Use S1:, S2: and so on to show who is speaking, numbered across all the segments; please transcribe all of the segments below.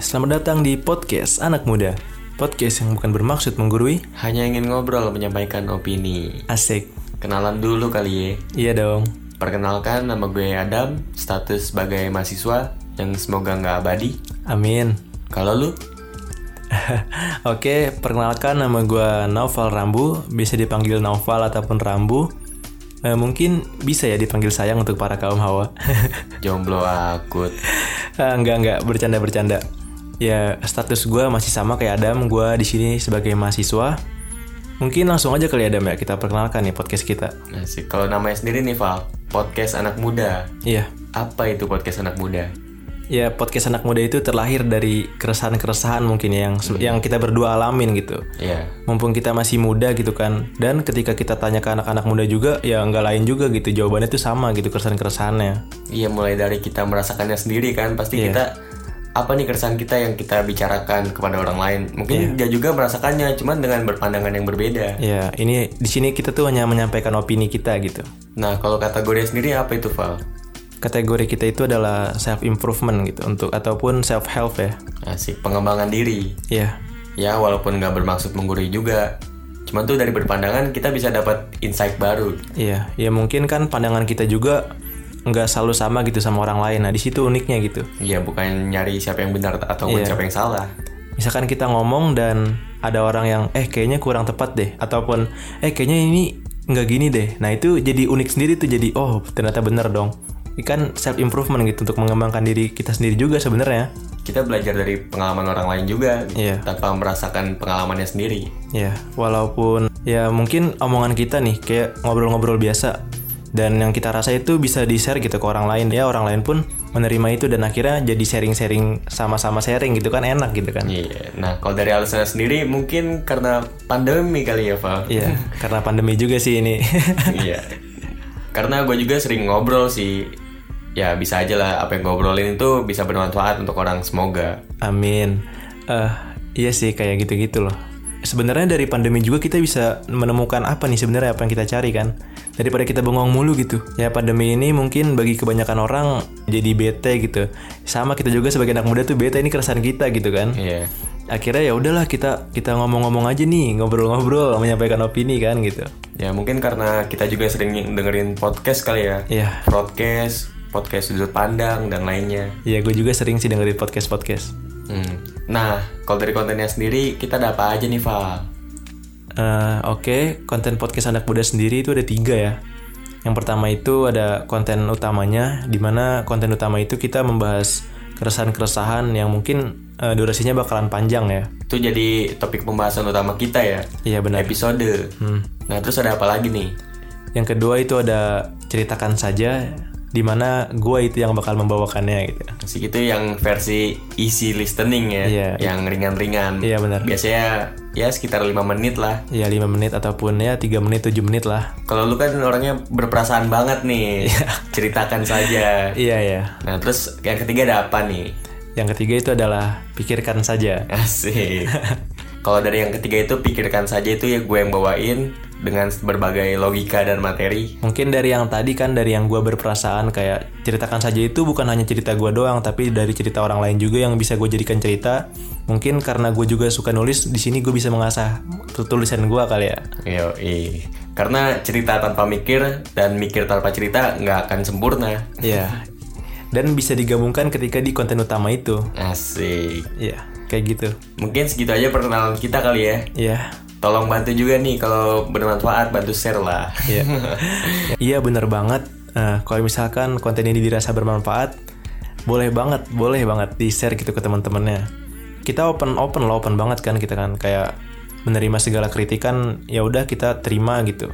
S1: Selamat datang di podcast Anak Muda. Podcast yang bukan bermaksud menggurui.
S2: Hanya ingin ngobrol menyampaikan opini.
S1: Asik.
S2: Kenalan dulu kali ya.
S1: Iya dong.
S2: Perkenalkan nama gue Adam, status sebagai mahasiswa yang semoga nggak abadi.
S1: Amin.
S2: Kalau lu,
S1: Oke, perkenalkan nama gue Naufal Rambu, bisa dipanggil Naufal ataupun Rambu. Eh, mungkin bisa ya dipanggil sayang untuk para kaum hawa.
S2: jomblo akut.
S1: Eh, enggak enggak, bercanda bercanda. Ya status gue masih sama kayak Adam, gue di sini sebagai mahasiswa. Mungkin langsung aja kali Adam ya kita perkenalkan nih podcast kita.
S2: Asik. Kalau namanya sendiri nih Val, podcast anak muda.
S1: Iya,
S2: Apa itu podcast anak muda?
S1: Ya podcast anak muda itu terlahir dari keresahan-keresahan mungkin ya, yang yang kita berdua alamin gitu.
S2: Ya,
S1: Mumpung kita masih muda gitu kan, dan ketika kita tanya ke anak-anak muda juga, ya nggak lain juga gitu jawabannya tuh sama gitu keresahan-keresahannya.
S2: iya mulai dari kita merasakannya sendiri kan, pasti kita apa nih keresahan kita yang kita bicarakan kepada orang lain. Mungkin dia juga merasakannya, cuman dengan berpandangan yang berbeda.
S1: Ya ini di sini kita tuh hanya menyampaikan opini kita gitu.
S2: Nah, kalau kategori sendiri apa itu Val?
S1: Kategori kita itu adalah self improvement gitu untuk ataupun self help ya.
S2: Asik, pengembangan diri.
S1: Ya
S2: Ya, walaupun nggak bermaksud menggurui juga. Cuman tuh dari berpandangan kita bisa dapat insight baru.
S1: Iya, ya mungkin kan pandangan kita juga nggak selalu sama gitu sama orang lain. Nah di situ uniknya gitu.
S2: Ya, bukan nyari siapa yang benar ataupun
S1: Iya.
S2: siapa yang salah.
S1: misalkan kita ngomong dan ada orang yang eh kayaknya kurang tepat deh ataupun eh kayaknya ini nggak gini deh nah itu jadi unik sendiri tuh jadi oh ternyata bener dong ini kan self improvement gitu untuk mengembangkan diri kita sendiri juga sebenarnya
S2: Kita belajar dari pengalaman orang lain juga,
S1: Iya.
S2: tanpa merasakan pengalamannya sendiri.
S1: ya walaupun ya mungkin omongan kita nih kayak ngobrol-ngobrol biasa dan yang kita rasa itu bisa di share gitu ke orang lain ya orang lain pun menerima itu dan akhirnya jadi sharing-sharing sama-sama sharing gitu kan enak gitu kan
S2: Iya. Nah, kalau dari alasannya sendiri mungkin karena pandemi kali ya, Val.
S1: Iya, karena pandemi juga sih ini
S2: Iya. Karena gue juga sering ngobrol sih. Ya bisa aja lah apa yang gue obrolin itu bisa bermanfaat untuk orang semoga.
S1: Amin. Eh, iya sih kayak gitu-gitu loh. Sebenarnya dari pandemi juga kita bisa menemukan apa nih sebenarnya apa yang kita cari kan. Daripada kita bengong mulu gitu. Ya pandemi ini mungkin bagi kebanyakan orang jadi bete gitu. Sama kita juga sebagai anak muda tuh bete ini keresahan kita gitu kan.
S2: Iya.
S1: Akhirnya ya udahlah kita kita ngomong-ngomong aja nih, ngobrol-ngobrol, menyampaikan opini kan gitu.
S2: Ya mungkin karena kita juga sering dengerin podcast kali ya.
S1: Iya.
S2: Podcast, podcast sudut pandang dan lainnya.
S1: Ya gue juga sering sih dengerin podcast-podcast.
S2: Hmm. Nah, kalau dari kontennya sendiri kita ada apa aja nih, Val?
S1: Eh, Oke, konten podcast anak muda sendiri itu ada tiga ya. Yang pertama itu ada konten utamanya, di mana konten utama itu kita membahas keresahan-keresahan yang mungkin eh, durasinya bakalan panjang ya.
S2: Itu jadi topik pembahasan utama kita ya.
S1: Iya benar.
S2: Episode.
S1: Hmm.
S2: Nah, terus ada apa lagi nih?
S1: Yang kedua itu ada ceritakan saja, di mana gue itu yang bakal membawakannya gitu.
S2: Asik itu yang versi easy listening ya,
S1: Iya.
S2: yang ringan-ringan.
S1: Iya benar.
S2: Biasanya ya sekitar lima menit lah.
S1: Ya 5 menit ataupun ya 3 menit 7 menit lah.
S2: Kalau lu kan orangnya berperasaan banget nih, ceritakan saja.
S1: Iya ya.
S2: Nah, terus yang ketiga ada apa nih?
S1: Yang ketiga itu adalah pikirkan saja.
S2: Asik. Kalau dari yang ketiga itu pikirkan saja itu ya gue yang bawain dengan berbagai logika dan materi.
S1: Mungkin dari yang tadi kan dari yang gua berperasaan kayak ceritakan saja itu bukan hanya cerita gua doang tapi dari cerita orang lain juga yang bisa gue jadikan cerita. Mungkin karena gue juga suka nulis di sini gue bisa mengasah tulisan gua kali ya.
S2: Yoi. Karena cerita tanpa mikir dan mikir tanpa cerita nggak akan sempurna.
S1: Iya. Dan bisa digabungkan ketika di konten utama itu.
S2: Asik.
S1: Iya, kayak gitu.
S2: Mungkin segitu aja perkenalan kita kali ya.
S1: Iya.
S2: Tolong bantu juga nih kalau bermanfaat bantu share lah.
S1: Iya. Iya bener banget. Nah, kalau misalkan konten ini dirasa bermanfaat, boleh banget, boleh banget di-share gitu ke teman-temannya. Kita open open loh, open banget kan kita kan kayak menerima segala kritikan, ya udah kita terima gitu.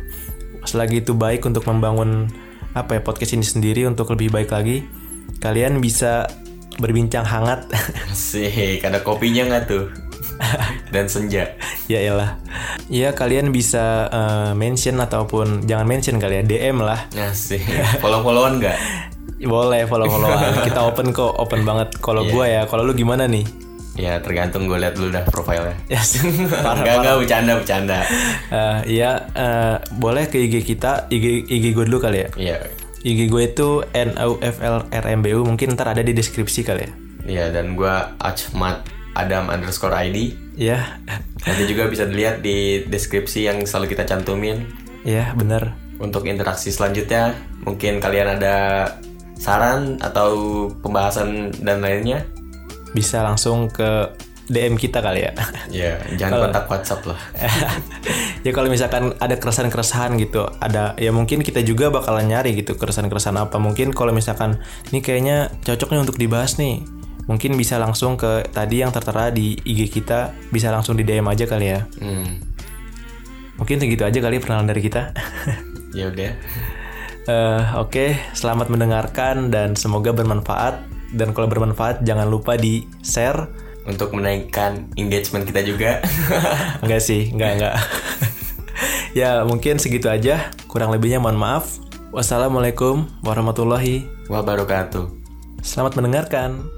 S1: Selagi itu baik untuk membangun apa ya podcast ini sendiri untuk lebih baik lagi, kalian bisa berbincang hangat.
S2: Asik. Ada kopinya nggak tuh? dan senja.
S1: ya elah. Ya kalian bisa eh, mention ataupun jangan mention kali ya, DM lah.
S2: Asik. Follow-followan nggak?
S1: Boleh follow-followan. Kita open kok, open banget. Kalau gua ya, kalau lu gimana nih?
S2: Ya tergantung gue lihat dulu dah profilnya.
S1: Yes. Parah.
S2: Enggak enggak bercanda bercanda.
S1: Eh, iya, eh, boleh ke IG kita, IG IG gue dulu kali ya.
S2: Iya.
S1: IG gue itu NOFLRMBU, mungkin ntar ada di deskripsi kali ya.
S2: Iya dan gua Achmat Adam underscore ID.
S1: Ya,
S2: Nanti juga bisa dilihat di deskripsi yang selalu kita cantumin.
S1: ya benar.
S2: Untuk interaksi selanjutnya, mungkin kalian ada saran atau pembahasan dan lainnya,
S1: Bisa langsung ke DM kita kali ya.
S2: ya jangan kontak WhatsApp lah.
S1: ya kalau misalkan ada keresahan-keresahan gitu, ada ya mungkin kita juga bakalan nyari gitu keresahan-keresahan apa. Mungkin kalau misalkan ini kayaknya cocok nih untuk dibahas nih. Mungkin bisa langsung ke tadi yang tertera di IG kita, bisa langsung di DM aja kali ya.
S2: Hmm,
S1: Mungkin segitu aja kali perkenalan dari kita.
S2: ya udah.
S1: Eh, Oke, selamat mendengarkan dan semoga bermanfaat. Dan kalau bermanfaat jangan lupa di share.
S2: Untuk menaikkan engagement kita juga.
S1: Enggak sih, enggak enggak. ya mungkin segitu aja. Kurang lebihnya mohon maaf. Wassalamualaikum warahmatullahi.
S2: Wabarakatuh.
S1: Selamat mendengarkan.